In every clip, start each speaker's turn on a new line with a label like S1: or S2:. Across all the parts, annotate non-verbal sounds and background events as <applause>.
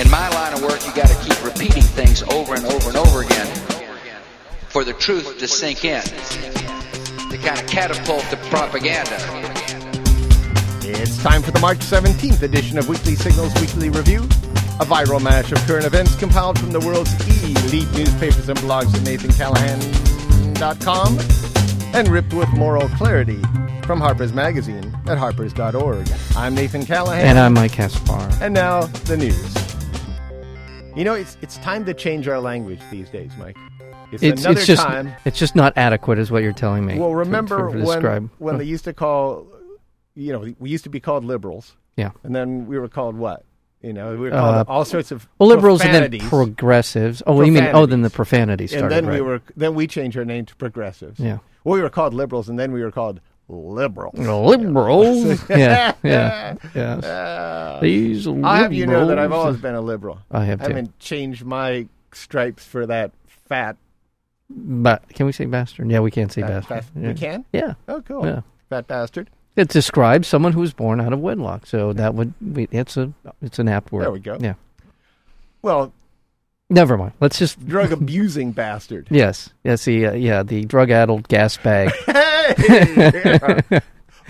S1: In my line of work, you got to keep repeating things over and over and over again for the truth to sink in, to kind of catapult the propaganda.
S2: It's time for the March 17th edition of Weekly Signals Weekly Review, a viral mash of current events compiled from the world's elite newspapers and blogs at nathancallahan.com and ripped with moral clarity from Harper's Magazine at harpers.org. I'm Nathan Callahan.
S3: And I'm Mike Caspar.
S2: And now the news. You know, it's it's time to change our language these days, Mike. It's,
S3: It's,
S2: another
S3: it's just
S2: time.
S3: it's just not adequate, is what you're telling me.
S2: Well,
S3: to-
S2: remember
S3: to, to
S2: when
S3: describe.
S2: when they used to call, you know, we used to be called liberals,
S3: yeah,
S2: and then we were called what? You know, we were called
S3: Uh,
S2: all sorts of
S3: well, liberals and then
S2: profanities,
S3: progressives. Oh, you mean oh, then the profanities started.
S2: and then we
S3: right.
S2: were then we changed our name to progressives.
S3: Yeah.
S2: well, we were called liberals, and then we were called liberals. <laughs>
S3: liberals. yeah, yeah, yeah.
S2: Uh,
S3: These
S2: I'll have you know that I've
S3: liberals.
S2: always been a liberal.
S3: I have
S2: I
S3: too.
S2: haven't changed my stripes for that fat.
S3: But can we say bastard? Yeah, we can say
S2: Uh,
S3: bastard.
S2: fast-
S3: Yeah.
S2: we can?
S3: Yeah,
S2: Oh, cool.
S3: Yeah.
S2: Fat bastard.
S3: it describes someone who was born out of wedlock. So that would we, it's a it's an apt word.
S2: There we go.
S3: Yeah.
S2: Well,
S3: Never mind. Let's just <laughs>
S2: drug abusing bastard.
S3: yes, yes. The uh, yeah, the drug-addled
S2: <laughs>
S3: gas bag.
S2: Hey!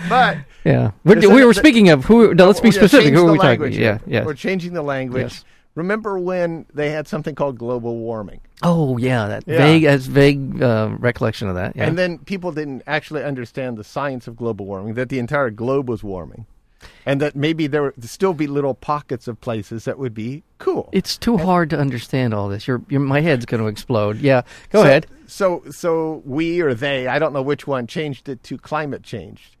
S2: But
S3: Yeah, we're,
S2: Is
S3: we
S2: it-
S3: were speaking of who. No, let's be
S2: we're gonna
S3: specific.
S2: change
S3: Who
S2: the
S3: are we
S2: language
S3: talking? Yeah,
S2: here.
S3: yeah.
S2: We're changing the language.
S3: Yes.
S2: Remember when they had something called global warming?
S3: Oh, yeah. That
S2: Yeah.
S3: vague, that's vague uh, recollection of that. Yeah.
S2: And then people didn't actually understand the science of global warming, that the entire globe was warming. And that maybe there would still be little pockets of places that would be cool.
S3: it's too hard to understand all this. Your, your my head's going to explode. Yeah, go ahead.
S2: So, so we or they, I don't know which one, changed it to climate change.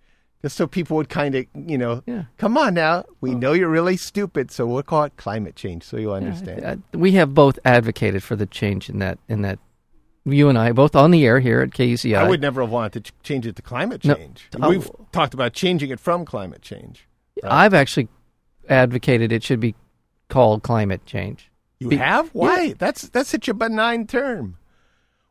S2: Just so people would kind of, you know,
S3: Yeah.
S2: come on now. We know you're really stupid, so we'll call it climate change so you understand.
S3: Uh, we have both advocated for the change in that. In that, you and I both on the air here at KUCI.
S2: I would never have wanted to ch- change it to climate
S3: No.
S2: change.
S3: Oh.
S2: We've talked about changing it from climate change.
S3: I've actually advocated it should be called climate change.
S2: You
S3: Be-
S2: have? Why? That's that's such a benign term.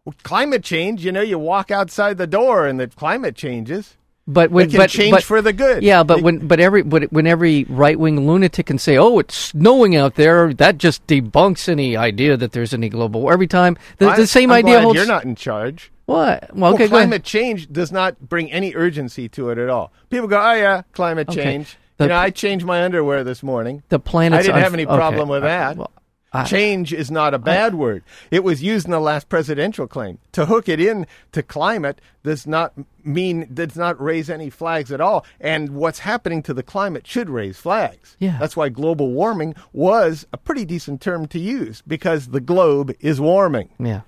S2: Well, climate change, you know, you walk outside the door and the climate changes.
S3: But when
S2: It can
S3: but,
S2: change
S3: but-
S2: for the good.
S3: Yeah, but
S2: It-
S3: when but every but when every right wing lunatic can say, "Oh, it's snowing out there," that just debunks any idea that there's any global. war. Every time the,
S2: I-
S3: the same
S2: I'm
S3: idea
S2: glad
S3: holds.
S2: You're not in charge.
S3: what? Well,
S2: Well,
S3: okay, go ahead.
S2: climate change does not bring any urgency to it at all. People go, "Oh yeah, climate
S3: Okay.
S2: change."
S3: The-
S2: you know, I changed my underwear this morning.
S3: The planet's
S2: I didn't
S3: unf-
S2: have any
S3: okay.
S2: problem with
S3: I-
S2: that.
S3: well, I-
S2: change is not a bad word. It was used in the last presidential claim. To hook it in to climate does not mean does not raise any flags at all. And what's happening to the climate should raise flags.
S3: Yeah.
S2: That's why global warming was a pretty decent term to use because the globe is warming.
S3: yeah.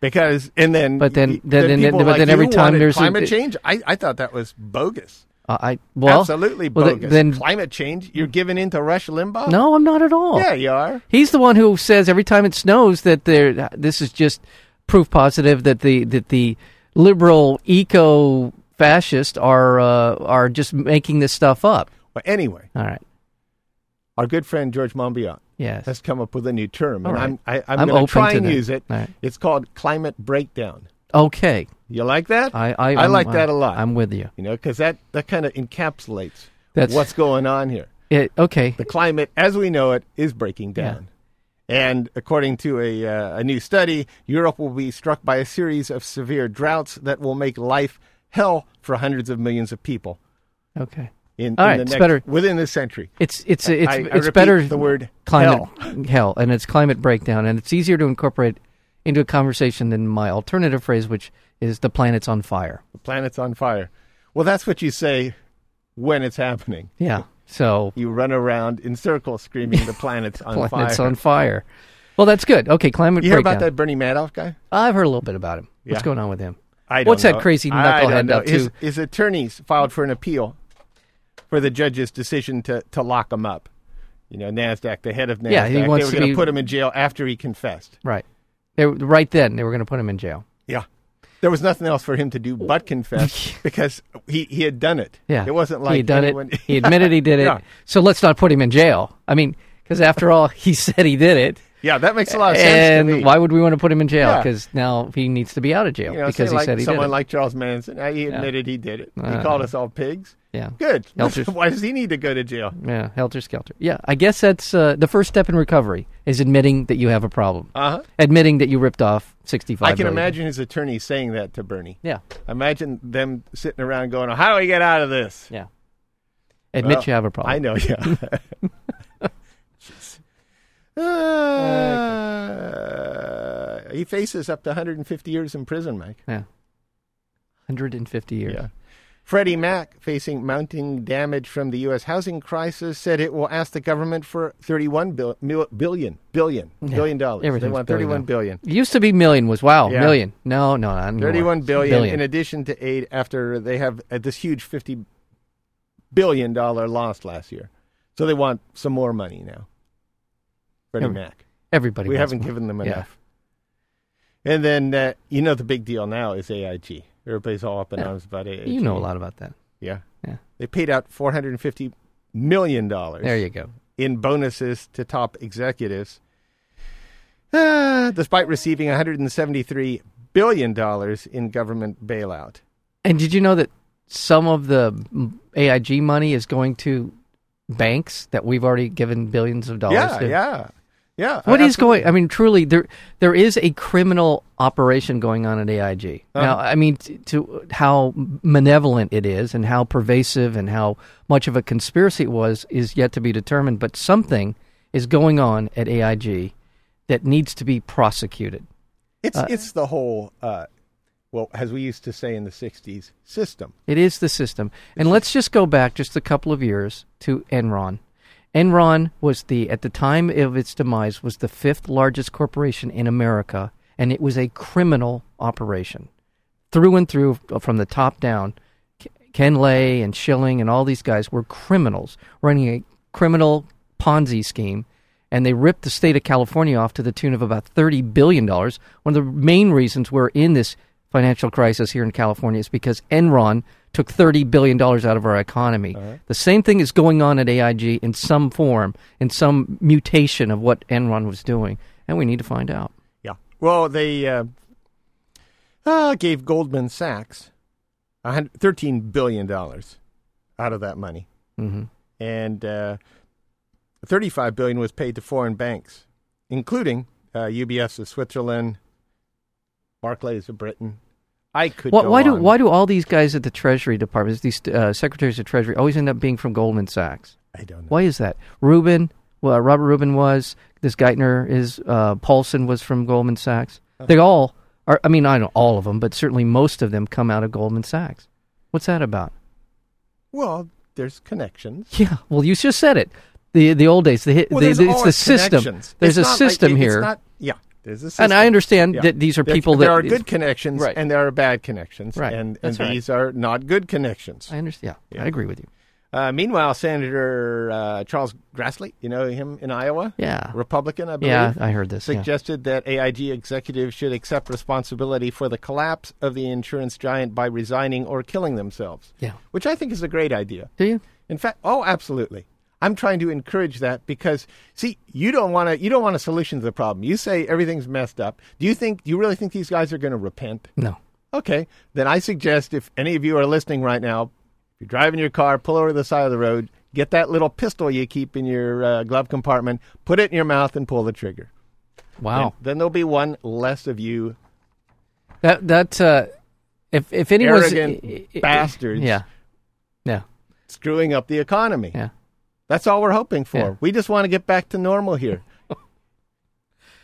S2: Because and then
S3: But then-
S2: y-
S3: then- then-
S2: people
S3: but
S2: like
S3: then every
S2: you
S3: time
S2: wanted
S3: there's a-
S2: climate change, I, I thought that was bogus.
S3: Uh, I well
S2: Absolutely
S3: well, th-
S2: bogus.
S3: Then
S2: climate change, you're giving in to Rush Limbaugh?
S3: no, I'm not at all.
S2: Yeah, you are.
S3: He's the one who says every time it snows that there. This is just proof positive that the that the liberal eco fascists are uh, are just making this stuff up.
S2: Well, anyway,
S3: All right.
S2: our good friend George Monbiot
S3: Yes.
S2: has come up with a new term,
S3: All
S2: and
S3: right.
S2: I'm I, I'm,
S3: I'm
S2: going
S3: open
S2: to try
S3: to
S2: and
S3: that.
S2: use it.
S3: All right.
S2: It's called climate breakdown.
S3: Okay.
S2: You like that?
S3: I I,
S2: I
S3: I'm- uh,
S2: like that a lot.
S3: I'm with you.
S2: you know because that that kind of encapsulates
S3: That's-
S2: what's going on here.
S3: It, okay.
S2: The climate, as we know it, is breaking
S3: Yeah.
S2: down. And according to a, uh, a new study, Europe will be struck by a series of severe droughts that will make life hell for hundreds of millions of people
S3: Okay.
S2: in,
S3: All
S2: in
S3: right,
S2: the
S3: it's
S2: next,
S3: better.
S2: within this century.
S3: It's it's it's
S2: I- I
S3: it's
S2: repeat
S3: better
S2: the word
S3: climate <laughs> hell. and it's climate breakdown and it's easier to incorporate into a conversation than my alternative phrase, which is the planet's on fire.
S2: The planet's on fire. Well, that's what you say when it's happening.
S3: Yeah. So
S2: You run around in circles screaming, "The
S3: <laughs>
S2: planet's on
S3: planet's
S2: fire!"
S3: on fire. Well, that's good. Okay, climate
S2: you hear
S3: breakdown.
S2: about that Bernie Madoff guy?
S3: I've heard a little bit about him.
S2: Yeah.
S3: What's going on with him?
S2: I
S3: What's
S2: don't
S3: that
S2: know.
S3: crazy
S2: I don't
S3: knucklehead
S2: know.
S3: up to?
S2: His, his attorneys filed for an appeal for the judge's decision to, to lock him up. You know, Nasdaq, the head of Nasdaq,
S3: Yeah, he wants
S2: they
S3: to
S2: were going
S3: be-
S2: put him in jail after he confessed.
S3: Right. They, were- right then, they were going to put him in jail.
S2: Yeah. There was nothing else for him to do
S3: <laughs>
S2: but confess because he, he had done it.
S3: Yeah,
S2: It wasn't like
S3: he had done
S2: anyone- <laughs>
S3: it. He admitted he did it.
S2: Yeah.
S3: So let's not put him in jail. I mean, because after all, he <laughs> said he did it.
S2: yeah, that makes a lot of sense.
S3: And
S2: Oh, to me.
S3: why would we want to put him in jail?
S2: Yeah.
S3: Because now he needs to be out of jail
S2: you know,
S3: because
S2: say
S3: he
S2: like
S3: said he did
S2: someone
S3: it.
S2: like Charles Manson, uh, he admitted he did it. He
S3: Uh.
S2: called us all pigs.
S3: Yeah.
S2: Good. <laughs>
S3: Helter-
S2: Why does he need to go to jail?
S3: Yeah, helter skelter. Yeah, I guess that's uh, the first step in recovery is admitting that you have a problem,
S2: Uh huh.
S3: admitting that you ripped off sixty-five.
S2: I can
S3: million.
S2: imagine his attorney saying that to Bernie.
S3: Yeah,
S2: Imagine them sitting around going, "How do we get out of this?"
S3: yeah. Admit
S2: Well,
S3: you have a problem.
S2: I know,
S3: <laughs>
S2: yeah. Jeez. Uh, he faces up to 150 years in prison, Mike.
S3: Yeah. Hundred and fifty years.
S2: Yeah. Freddie Mac, facing mounting damage from the U.S. housing crisis, said it will ask the government for 31 bil- mil- billion, billion,
S3: Yeah.
S2: billion dollars. They
S3: Everything's
S2: want
S3: billion
S2: 31 billion.
S3: It used to be million was wow
S2: Yeah.
S3: million. No, no, no, no.
S2: 31 billion,
S3: Billion.
S2: in addition to aid after they have uh, this huge 50 billion dollar loss last year. So they want some more money now. Freddie
S3: Yeah.
S2: Mac.
S3: Everybody.
S2: we
S3: wants
S2: haven't
S3: more.
S2: given them
S3: Yeah.
S2: enough. And then uh, you know the big deal now is AIG. Everybody's all up in
S3: Yeah.
S2: arms about AIG.
S3: You know a lot about that.
S2: Yeah.
S3: Yeah.
S2: They paid out 450 million dollars
S3: There you go.
S2: in bonuses to top executives, <sighs> ah, despite receiving 173 billion dollars in government bailout.
S3: And did you know that some of the mm, AIG money is going to banks that we've already given billions of dollars
S2: Yeah,
S3: to?
S2: yeah, yeah. Uh,
S3: What is
S2: absolutely.
S3: going? I mean, truly, there there is a criminal operation going on at AIG now. I mean, t- to how malevolent it is, and how pervasive, and how much of a conspiracy it was, is yet to be determined. But something is going on at AIG that needs to be prosecuted.
S2: It's it's the whole. Uh, well, as we used to say in the '60s, system.
S3: It is the system. And let's just go back just a couple of years to Enron. Enron was the at the time of its demise was the fifth largest corporation in America and it was a criminal operation through and through uh, from the top down. K- Ken Lay and Schilling and all these guys were criminals running a criminal Ponzi scheme and they ripped the state of California off to the tune of about 30 billion dollars. One of the main reasons we're in this financial crisis here in California is because Enron took 30 billion dollars out of our economy. The same thing is going on at AIG in some form, in some mutation of what Enron was doing, and we need to find out.
S2: Yeah. Well, they uh, uh, gave Goldman Sachs a hun- $13 billion out of that money. Mm-hmm. And uh, $35 billion was paid to foreign banks, including uh, UBS of Switzerland, Barclays of Britain. I could
S3: Why,
S2: go
S3: why do
S2: on.
S3: why do all these guys at the Treasury Department, these uh, secretaries of Treasury, always end up being from Goldman Sachs?
S2: I don't know.
S3: Why is that? Rubin, well, Robert Rubin was. This Geithner is. Uh, Paulson was from Goldman Sachs.
S2: Oh.
S3: They all are. I mean, I know all of them, but certainly most of them come out of Goldman Sachs. What's that about? <laughs>
S2: Well, there's connections.
S3: Yeah. Well, you just said it. The the old days. The, hi-
S2: Well,
S3: the,
S2: there's
S3: the- it's the
S2: always
S3: system.
S2: connections.
S3: There's
S2: It's not
S3: a
S2: like
S3: system
S2: it- it's
S3: here.
S2: not- yeah, there's a system.
S3: And I understand
S2: Yeah.
S3: that these are
S2: There-
S3: people that
S2: there are
S3: it's-
S2: good connections
S3: Right.
S2: and there are bad connections,
S3: Right.
S2: and, and
S3: That's right.
S2: these are not good connections.
S3: I understand. Yeah,
S2: Yeah.
S3: I agree with you.
S2: Uh, meanwhile, Senator uh, Charles Grassley, you know him in Iowa,
S3: Yeah.
S2: Republican, I believe,
S3: Yeah, I heard this. yeah.
S2: suggested that AIG executives should accept responsibility for the collapse of the insurance giant by resigning or killing themselves.
S3: Yeah.
S2: which I think is a great idea.
S3: Do you?
S2: In fact, oh, absolutely. I'm trying to encourage that because see, you don't want to you don't want a solution to the problem. You say everything's messed up. Do you think do you really think these guys are going to repent?
S3: No.
S2: Okay, then I suggest if any of you are listening right now, if you're driving your car, pull over to the side of the road, get that little pistol you keep in your uh, glove compartment, put it in your mouth, and pull the trigger.
S3: Wow.
S2: And then there'll be one less of you
S3: That that uh, if if anyone's
S2: arrogant
S3: i- i- i-
S2: bastards
S3: Yeah. Yeah.
S2: screwing up the economy.
S3: Yeah.
S2: That's all we're hoping for.
S3: Yeah.
S2: We just want to get back to normal
S3: <laughs>
S2: here.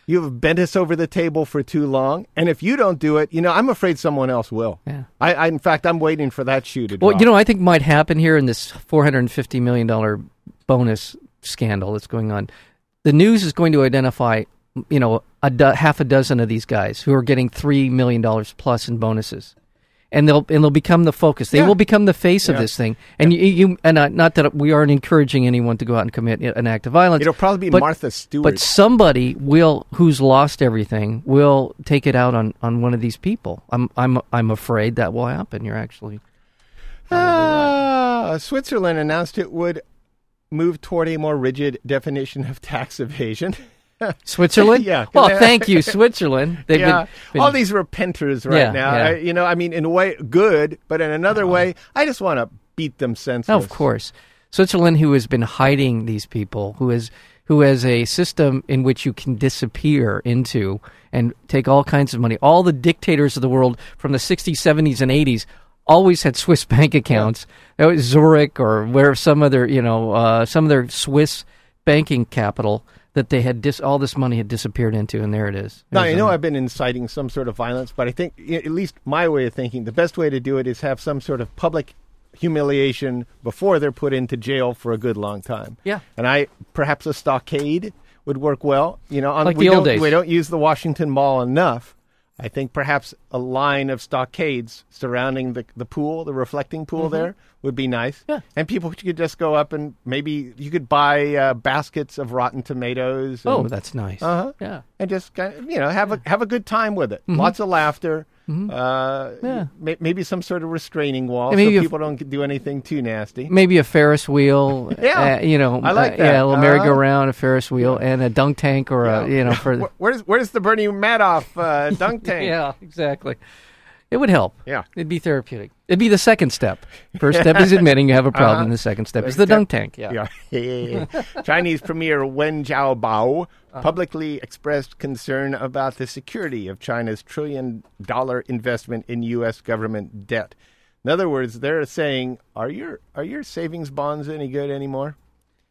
S2: you have bent us over the table for too long, and if you don't do it, you know I'm afraid someone else will.
S3: Yeah.
S2: I, I in fact, I'm waiting for that shoe to
S3: Well,
S2: drop.
S3: you know, I think might happen here in this four hundred and fifty million dollar bonus scandal that's going on. The news is going to identify, you know, a do- half a dozen of these guys who are getting three million dollars plus in bonuses, and they'll and they'll become the focus. They
S2: Yeah.
S3: will become the face of
S2: Yeah.
S3: this thing. And you, you and uh, not that we aren't encouraging anyone to go out and commit an act of violence.
S2: It'll probably be
S3: but-
S2: Martha Stewart.
S3: But somebody will, who's lost everything, will take it out on, on one of these people. I'm I'm I'm afraid that will happen. You're actually
S2: Ah, Switzerland announced it would move toward a more rigid definition of tax evasion. <laughs>
S3: <laughs> Switzerland?
S2: Yeah.
S3: Well, thank you, Switzerland. They've
S2: yeah,
S3: been, been-
S2: all these repenters right
S3: Yeah,
S2: now.
S3: yeah.
S2: I- you know, I mean, in a way, good, but in another way, I just want to beat them senseless.
S3: No, of course. Switzerland, who has been hiding these people, who has who has a system in which you can disappear into and take all kinds of money. All the dictators of the world from the 60s, 70s, and 80s always had Swiss <laughs> bank accounts. That was Zurich or where some other you know uh, some other Swiss banking capital that they had dis- all this money had disappeared into, and there it is.
S2: Now, I
S3: There's
S2: know
S3: a-
S2: I've been inciting some sort of violence, but I think, i- at least my way of thinking, the best way to do it is have some sort of public humiliation before they're put into jail for a good long time.
S3: Yeah.
S2: And I, perhaps a stockade would work well. You know, on,
S3: Like
S2: we,
S3: the old
S2: don't,
S3: days.
S2: we don't use the Washington Mall enough. I think perhaps a line of stockades surrounding the, the pool, the reflecting pool there, would be nice.
S3: Mm-hmm. Yeah.
S2: And people could just go up and maybe you could buy uh, baskets of rotten tomatoes.
S3: oh,
S2: and-
S3: that's nice.
S2: uh-huh.
S3: Yeah.
S2: and just kind of, you know have a have a good time with it. Lots of laughter. Uh,
S3: Mm-hmm. Yeah.
S2: may, maybe some sort of restraining wall
S3: And maybe
S2: so
S3: if- Mm-hmm.
S2: people don't do anything too nasty.
S3: Maybe a Ferris wheel,
S2: <laughs> Yeah.
S3: uh, you know,
S2: I like
S3: uh,
S2: that.
S3: yeah, a little
S2: Uh-huh.
S3: merry-go-round, a Ferris wheel, and a dunk tank, or a
S2: Yeah.
S3: you know, for
S2: Wh- Where's where's the Bernie Madoff uh, dunk tank?
S3: <laughs> yeah, exactly. It would help.
S2: Yeah.
S3: it'd be therapeutic. It'd be the second step. First step
S2: <laughs>
S3: is admitting you have a
S2: Uh-huh.
S3: problem. The second step is the dunk tank. Yeah,
S2: Yeah. <laughs> Chinese Premier Wen Jiabao
S3: Uh-huh.
S2: publicly expressed concern about the security of China's trillion dollar investment in US government debt. In other words, they're saying, are your are your savings bonds any good anymore?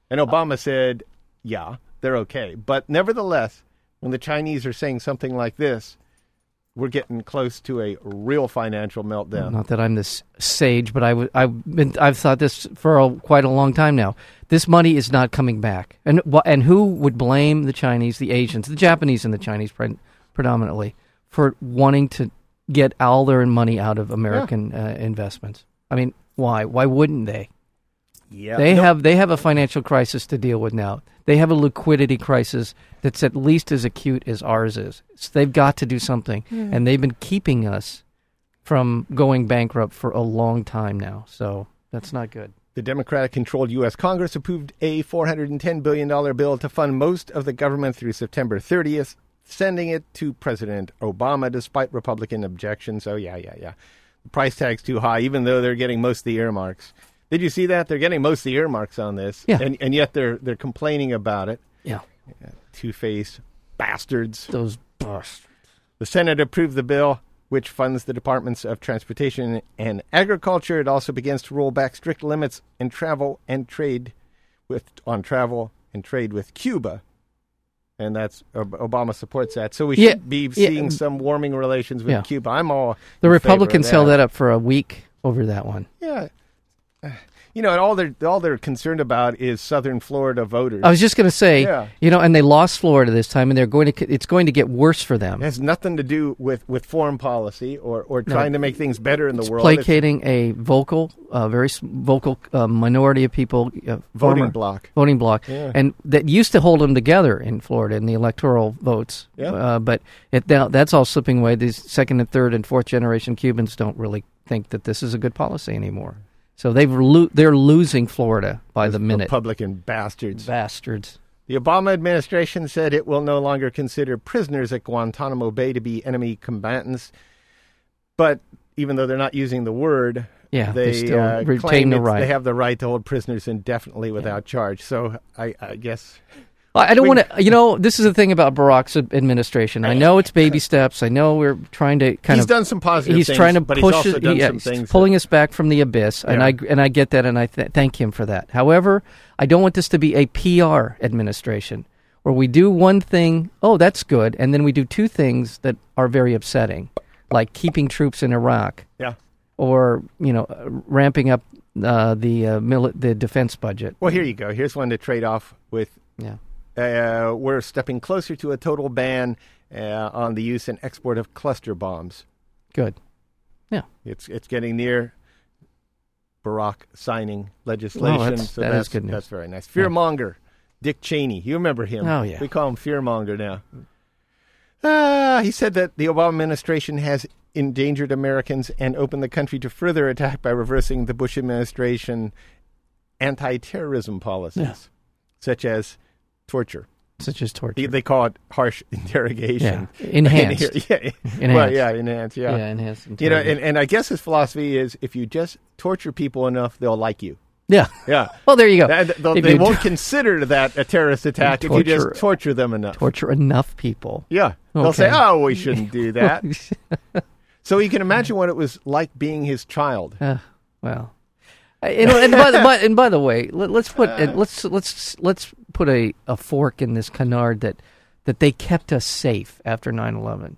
S2: And
S3: Uh-huh.
S2: Obama said, yeah, they're okay. But nevertheless, when the Chinese are saying something like this, we're getting close to a real financial meltdown.
S3: Not that I'm this sage, but I w- I've been I've thought this for a, quite a long time now. This money is not coming back, and wh- and who would blame the Chinese, the Asians, the Japanese, and the Chinese pre- predominantly for wanting to get all their money out of American uh, investments? I mean, why? Why wouldn't they?
S2: Yeah.
S3: They
S2: No,
S3: have they have a financial crisis to deal with now. They have a liquidity crisis that's at least as acute as ours is. So they've got to do something, and they've been keeping us from going bankrupt for a long time now. So that's not good.
S2: The Democratic controlled U.S. Congress approved a $410 billion bill to fund most of the government through September 30th, sending it to President Obama despite Republican objections. Oh, yeah, yeah, yeah. The price tag's too high, even though they're getting most of the earmarks. Did you see that? They're getting most of the earmarks on this.
S3: Yeah.
S2: And, and yet they're, they're complaining about it.
S3: Yeah,
S2: Two faced bastards.
S3: those bastards.
S2: The Senate approved the bill, which funds the Departments of Transportation and Agriculture. It also begins to roll back strict limits in travel and trade with on travel and trade with Cuba. And that's Ob- Obama supports that, so we
S3: Yeah,
S2: should be
S3: yeah. um,
S2: seeing some warming relations with
S3: Yeah.
S2: Cuba. I'm all
S3: The
S2: in favor of
S3: Republicans held that up for a week over that one.
S2: Yeah, <sighs> you know, and all they're all they're concerned about is Southern Florida voters.
S3: I was just going to say,
S2: Yeah.
S3: you know, and they lost Florida this time, and they're going to. It's going to get worse for them.
S2: it has nothing to do with, with foreign policy or, or trying to make things better in the world. It's
S3: placating a vocal, uh, very s- vocal uh, minority of people, uh,
S2: voting
S3: former-
S2: block.
S3: voting block,
S2: Yeah.
S3: and that used to hold them together in Florida in the electoral votes.
S2: Yeah.
S3: Uh, but it now that's all slipping away. These second and third and fourth generation Cubans don't really think that this is a good policy anymore. So they've lo- they're losing Florida by the minute.
S2: Republican bastards.
S3: Bastards.
S2: The Obama administration said it will no longer consider prisoners at Guantanamo Bay to be enemy combatants. But even though they're not using the word,
S3: Yeah,
S2: they,
S3: they still
S2: uh,
S3: retain
S2: claim
S3: the
S2: it's-
S3: right.
S2: They have the right to hold prisoners indefinitely without charge. So I, I guess
S3: I I don't
S2: We-
S3: want to. You know, this is the thing about Barack's ad- administration. I know
S2: <laughs>
S3: it's baby steps. I know we're trying to kind
S2: he's
S3: of
S2: done some positive
S3: he's
S2: things,
S3: trying to
S2: but
S3: push
S2: he's also
S3: it-
S2: done
S3: yeah,
S2: some
S3: he's
S2: things.
S3: pulling us back from the abyss and
S2: Yeah.
S3: i and i get that and i th- thank him for that however i don't want this to be a pr administration where we do one thing oh that's good and then we do two things that are very upsetting like keeping troops in iraq
S2: that- yeah.
S3: or you know uh, ramping up uh, the uh, mili- the defense budget
S2: Well, here you go. Here's one to trade off with
S3: yeah
S2: uh, we're stepping closer to a total ban uh, on the use and export of cluster bombs.
S3: good
S2: It's it's getting near Barack signing legislation.
S3: Well, that's-
S2: so
S3: that is
S2: that's
S3: good news.
S2: That's very nice. Fearmonger, Dick Cheney. You remember him?
S3: Oh, yeah.
S2: We call him Fearmonger now. Ah, he said that the Obama administration has endangered Americans and opened the country to further attack by reversing the Bush administration anti-terrorism policies,
S3: Yeah.
S2: such as torture.
S3: such as torture.
S2: They- They call it harsh <laughs> interrogation.
S3: Yeah. Enhanced.
S2: In here- yeah. Well,
S3: Enhanced.
S2: yeah, enhanced. <laughs> Yeah.
S3: yeah, enhanced
S2: you know,
S3: interrogation.
S2: and, and I guess his philosophy is if you just torture people enough, they'll like you.
S3: <laughs> yeah.
S2: Yeah.
S3: Well, there you go.
S2: That- they'll-
S3: If
S2: they
S3: you
S2: won't
S3: t-
S2: consider that a terrorist attack if you
S3: Torture.
S2: just torture them enough.
S3: torture enough people.
S2: Yeah. They'll
S3: Okay.
S2: say, oh, we shouldn't
S3: <laughs>
S2: do that. so you can imagine what it was like being his child.
S3: Uh, well, I- you know, and by, the- by, and by the way, let, let's put uh, let's let's let's put a, a fork in this canard that that they kept us safe after 9-11.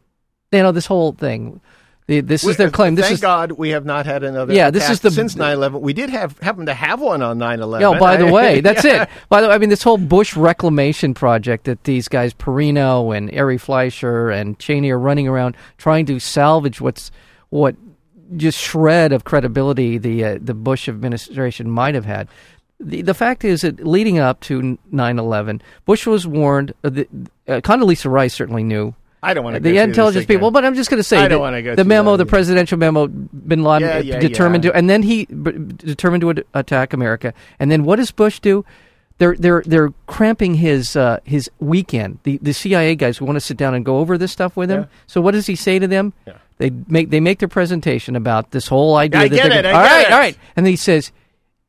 S3: You know, this whole thing. The, this is their claim. This
S2: uh, Thank
S3: is
S2: God we have not had another
S3: Yeah, this
S2: attack
S3: is the-
S2: since 9 11. We did have happen to have one on 9 11.
S3: Oh,
S2: <laughs>
S3: by the way, that's it. By the way, I mean this whole Bush reclamation project that these guys Perino and Ari Fleischer and Cheney are running around trying to salvage what's what just shred of credibility the uh, the Bush administration might have had. The, the fact is that leading up to 9/11, Bush was warned. Uh, the, uh, Condoleezza Rice certainly knew
S2: I don't want to
S3: the intelligence people. But I'm just going to say
S2: I don't
S3: that
S2: wanna go
S3: the
S2: through
S3: memo,
S2: that
S3: the
S2: again.
S3: presidential memo, Bin Laden
S2: Yeah,
S3: uh,
S2: yeah,
S3: determined
S2: yeah.
S3: to, and then he b- determined to ad- attack America. And then what does Bush do? They're they're they're cramping his uh, his weekend. The the CIA guys want to sit down and go over this stuff with him.
S2: Yeah.
S3: So what does he say to them?
S2: Yeah.
S3: They make they make their presentation about this whole idea.
S2: I
S3: that
S2: get
S3: they're
S2: it,
S3: gonna-
S2: I
S3: all
S2: get
S3: right,
S2: it.
S3: all right. And then he says,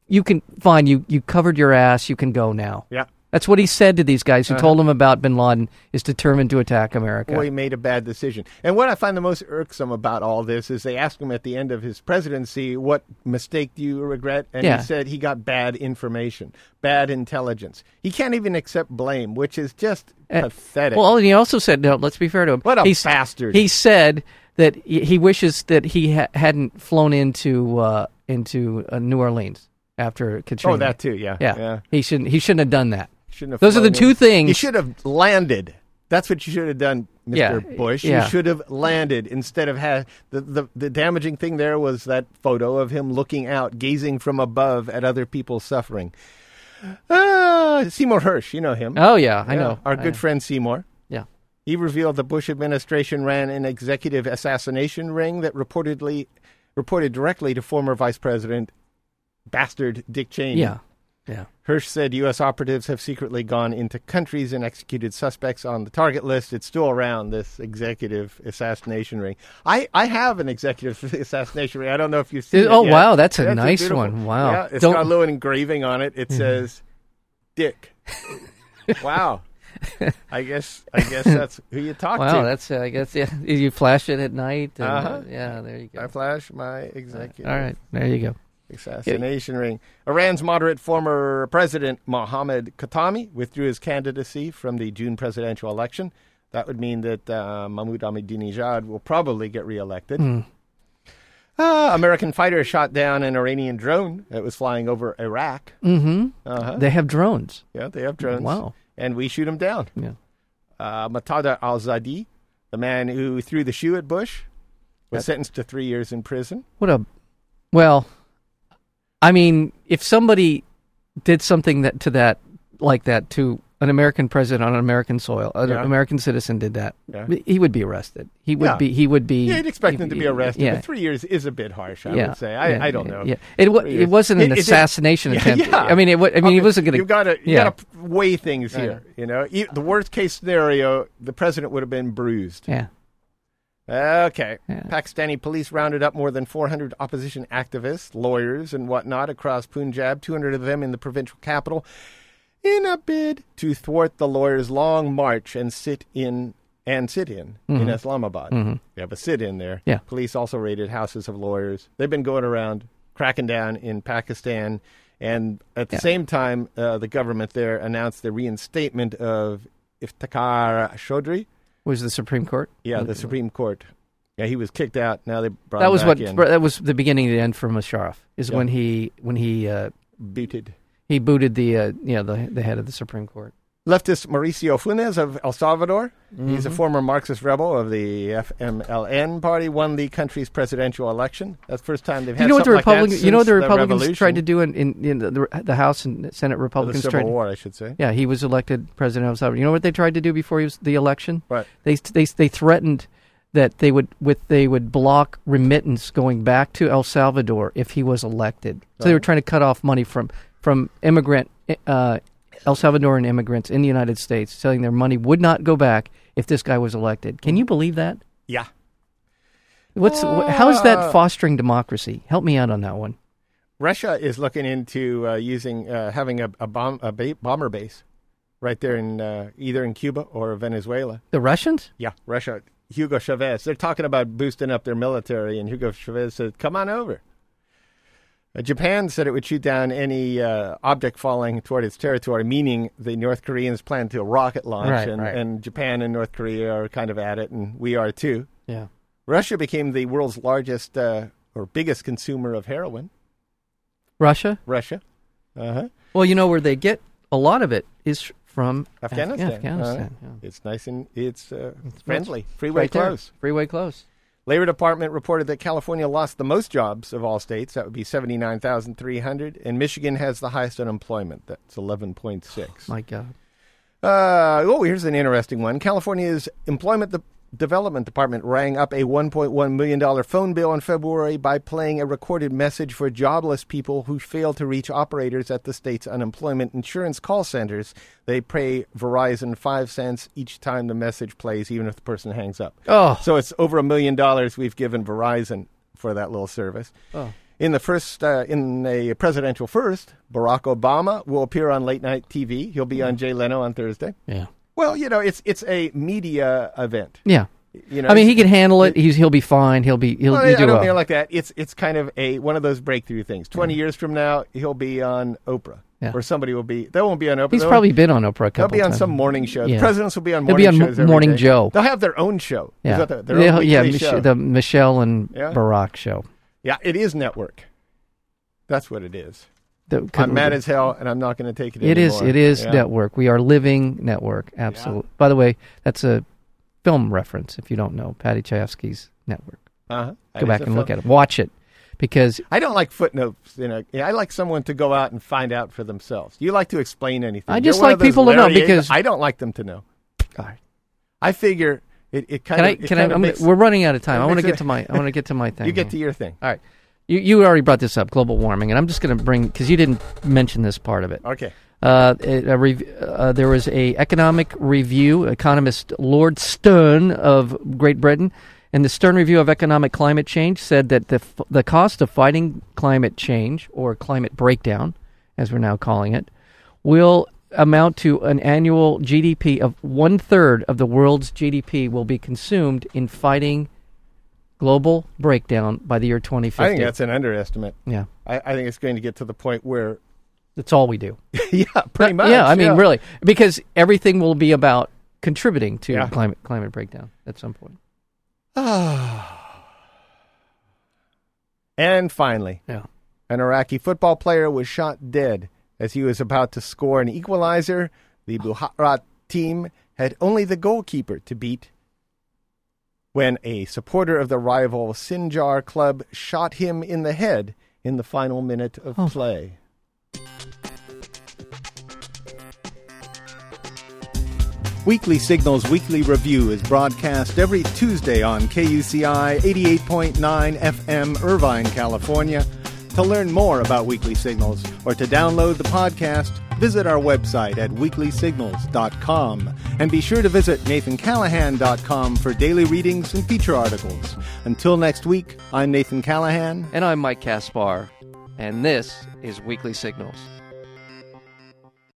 S3: "You can fine. You you covered your ass. You can go now."
S2: Yeah. Uh-huh.
S3: That's what he said to these guys who told him about Bin Laden is determined to attack America.
S2: Well, he made a bad decision. And what I find the most irksome about all this is they asked him at the end of his presidency, What mistake do you regret? And
S3: Yeah.
S2: he said he got bad information, bad intelligence. He can't even accept blame, which is just
S3: Uh,
S2: pathetic. Oh,
S3: Well, and he also said, "No, let's be fair to him."
S2: What a
S3: He's-
S2: bastard.
S3: He said that he he wishes that he ha- hadn't flown into uh, into uh, New Orleans after Katrina.
S2: oh, that too, yeah.
S3: Yeah. he shouldn't. He shouldn't have done that.
S2: Shouldn't have
S3: Those are the
S2: flown in.
S3: two things-
S2: You should have landed. That's what you should have done, Mr.
S3: Yeah,
S2: Bush.
S3: yeah.
S2: You should have landed instead of ha- the, the the damaging thing there was that photo of him looking out, gazing from above at other people suffering. Ah, Seymour Hirsch, you know him.
S3: Oh yeah, I
S2: Yeah,
S3: know.
S2: Our
S3: I
S2: good
S3: know.
S2: friend Seymour.
S3: Yeah.
S2: He revealed the Bush administration ran an executive assassination ring that reportedly reported directly to former Vice President bastard Dick Cheney.
S3: Yeah. Yeah.
S2: Hirsch said U.S. operatives have secretly gone into countries and executed suspects on the target list. It's still around this executive assassination ring. I, I have an executive <laughs> assassination ring. I don't know if you've seen it.
S3: Oh,
S2: yet.
S3: wow, that's a
S2: Yeah, it's
S3: nice
S2: beautiful-
S3: one. Wow.
S2: Yeah, it's
S3: Don't- Mm-hmm.
S2: got a little engraving on it. It says Dick.
S3: <laughs>
S2: wow. I guess I guess that's who you talk
S3: Wow,
S2: to.
S3: that's uh, I guess yeah. <laughs> You flash it at night. And, uh,
S2: Uh-huh.
S3: yeah, there you go.
S2: I flash my executive.
S3: All right, there you go.
S2: assassination ring. Iran's moderate former president Mohammad Khatami withdrew his candidacy from the June presidential election. That would mean that uh, Mahmoud Ahmadinejad will probably get reelected.
S3: Hmm.
S2: Ah, American fighter shot down an Iranian drone that was flying over Iraq.
S3: hmm
S2: Uh-huh.
S3: They have drones.
S2: Yeah, they have drones.
S3: Wow.
S2: And we shoot them down.
S3: Yeah.
S2: Uh, Matada al Zadi, the man who threw the shoe at Bush, was sentenced to three years in prison.
S3: What a well, I mean, if somebody did something that to that like that to an American president on an American soil, an
S2: Yeah.
S3: American citizen did that,
S2: Yeah.
S3: he would be arrested. He would
S2: Yeah.
S3: be. He would be.
S2: Yeah, you'd expect him to be arrested.
S3: Yeah.
S2: But three years is a bit harsh, I
S3: yeah,
S2: would say. I,
S3: yeah,
S2: I don't
S3: yeah,
S2: know.
S3: Yeah, it wa-
S2: Three
S3: it
S2: years.
S3: wasn't an
S2: It- it- <laughs>
S3: assassination
S2: Yeah,
S3: attempt.
S2: yeah.
S3: I mean, it. wa- I mean, he wasn't going
S2: You've got to you
S3: yeah.
S2: got to weigh things here. You know, E- the worst case scenario, the president would have been bruised.
S3: Yeah.
S2: Okay.
S3: Yeah.
S2: Pakistani police rounded up more than 400 opposition activists, lawyers, and whatnot across Punjab, 200 of them in the provincial capital, in a bid to thwart the lawyers' long march and sit in and sit in in Islamabad. They have a sit in there.
S3: Mm-hmm. Yeah.
S2: Police also raided houses of lawyers. They've been going around cracking down in Pakistan. And at the
S3: Yeah.
S2: same time, uh, the government there announced the reinstatement of Iftikhar Chaudhry.
S3: Was the Supreme Court?
S2: Yeah, the Supreme Court. Yeah, he was kicked out. Now they brought
S3: That
S2: him
S3: was
S2: back
S3: what.
S2: in.
S3: That was the beginning and the end for Musharraf. Is
S2: Yeah.
S3: when he when he uh,
S2: booted.
S3: he booted the uh, you know the the head of the Supreme Court.
S2: Leftist Mauricio Funes of El Salvador. He's a
S3: Mm-hmm.
S2: former Marxist rebel of the FMLN party. Won the country's presidential election. That's the first time they've
S3: Do
S2: had
S3: you know what the
S2: something like that
S3: Republicans? you know what the
S2: since
S3: Republicans tried to
S2: revolution.
S3: do in, in, in the, the House and Senate
S2: Or the
S3: Republicans
S2: Civil
S3: tried.
S2: War, I should say.
S3: Yeah, he was elected president of El Salvador. You know what they tried to do before he was the election?
S2: Right.
S3: They they they threatened that they would with they would block remittance going back to El
S2: Oh.
S3: Salvador if he was elected. So they were trying to cut off money from from immigrant uh, El Salvadoran immigrants in the United States saying their money would not go back if this guy was elected. Can you believe that?
S2: Yeah.
S3: What's wh- how's
S2: Uh,
S3: that fostering democracy? Help me out on that one.
S2: Russia is looking into uh, using uh, having a, a, bomb, a ba- bomber base right there in uh, either in Cuba or Venezuela.
S3: The Russians?
S2: Yeah, Russia. Hugo Chavez. They're talking about boosting up their military, and Hugo Chavez said, "Come on over." Uh, Japan said it would shoot down any uh, object falling toward its territory, meaning the North Koreans plan to rocket launch,
S3: Right,
S2: and,
S3: right.
S2: and Japan and North Korea are kind of at it, and we are too.
S3: Yeah.
S2: Russia became the world's largest uh, or biggest consumer of heroin.
S3: Russia?
S2: Russia. Uh-huh.
S3: Well, you know where they get a lot of it is from Af- yeah,
S2: Afghanistan.
S3: Afghanistan.
S2: Uh,
S3: yeah.
S2: It's nice and it's, uh,
S3: It's
S2: friendly.
S3: right-
S2: Freeway
S3: right there.
S2: close.
S3: Freeway close.
S2: Labor Department reported that California lost the most jobs of all states. That would be 79,300. And Michigan has the highest unemployment. That's 11.6.
S3: My God.
S2: Uh, oh, here's an interesting one. California's Employment De- Development Department rang up a $1.1 million phone bill in February by playing a recorded message for jobless people who fail to reach operators at the state's unemployment insurance call centers. They pay Verizon five cents each time the message plays, even if the person hangs up.
S3: Oh.
S2: So it's over a million dollars we've given Verizon for that little service.
S3: Oh.
S2: In the first, uh, in a presidential first, Barack Obama will appear on late night TV. He'll be
S3: Mm.
S2: on Jay Leno on Thursday.
S3: Yeah.
S2: Well, you know, it's it's a media event.
S3: Yeah.
S2: You know,
S3: I mean,
S2: it's-
S3: he can handle it. He's he'll be fine. He'll be he'll,
S2: Well,
S3: he'll
S2: I
S3: do
S2: don't
S3: well.
S2: mean it like that. It's it's kind of a one of those breakthrough things. Twenty years from now, he'll be on Oprah,
S3: Yeah.
S2: or somebody will be. They won't be on Oprah.
S3: He's
S2: They'll-
S3: probably been on Oprah a
S2: They'll
S3: couple
S2: be on
S3: times.
S2: some morning show.
S3: Yeah.
S2: The presidents will be on
S3: They'll
S2: morning
S3: be on
S2: shows. every
S3: Morning
S2: day.
S3: Joe.
S2: They'll have their own show. Is
S3: Yeah,
S2: that the- their
S3: They'll-
S2: own
S3: yeah,
S2: weekly
S3: Mich-
S2: show.
S3: the Michelle and
S2: Yeah.
S3: Barack show.
S2: yeah, it is network. That's what it is.
S3: The-
S2: I'm mad as hell, and I'm not going to take it.
S3: It is.
S2: anymore.
S3: It is
S2: Yeah.
S3: network. We are living network. Absolutely. By the way, that's a film reference. If you don't know, Patty Chayefsky's network.
S2: Uh-huh. That
S3: Go
S2: is
S3: back
S2: a
S3: and look
S2: film.
S3: at it. Watch it because
S2: I don't like footnotes. You know, I like someone to go out and find out for themselves. You like to explain anything.
S3: I
S2: You're
S3: just
S2: one of
S3: like
S2: those
S3: people to know
S2: Larry Ing-
S3: because-
S2: I don't like them to know. I figure it, it kind
S3: can
S2: of.
S3: I?
S2: it
S3: Can I?
S2: kind of
S3: I'm,
S2: makes-
S3: we're running out of time.
S2: it
S3: I want to
S2: makes
S3: get
S2: it-
S3: to my. I want to get to my
S2: <laughs>
S3: thing.
S2: you get
S3: here.
S2: to your thing.
S3: All right. You, you already brought this up, global warming, and I'm just going to bring because you didn't mention this part of it.
S2: Okay.
S3: Uh, it- a rev- uh, there was a economic review, economist Lord Stern of Great Britain, and the Stern Review of Economic Climate Change said that the f- the cost of fighting climate change or climate breakdown, as we're now calling it, will amount to an annual GDP of one third of the world's GDP will be consumed in fighting global breakdown by the year 2050.
S2: I think that's an underestimate.
S3: yeah,
S2: I, I think it's going to get to the point where, <laughs>
S3: that's all we do.
S2: yeah, pretty much.
S3: Yeah, I mean, really, because everything will be about contributing to
S2: Yeah.
S3: climate climate breakdown at some point.
S2: <sighs> And finally,
S3: Yeah.
S2: an Iraqi football player was shot dead as he was about to score an equalizer. The Buhara team had only the goalkeeper to beat when a supporter of the rival Sinjar club shot him in the head in the final minute of
S3: Oh.
S2: play. Weekly Signals Weekly Review is broadcast every Tuesday on KUCI 88.9 FM, Irvine, California. To learn more about Weekly Signals or to download the podcast, visit our website at weeklysignals.com. And be sure to visit nathancallahan.com for daily readings and feature articles. Until next week, I'm Nathan Callahan.
S3: And I'm Mike Caspar, and this is Weekly Signals.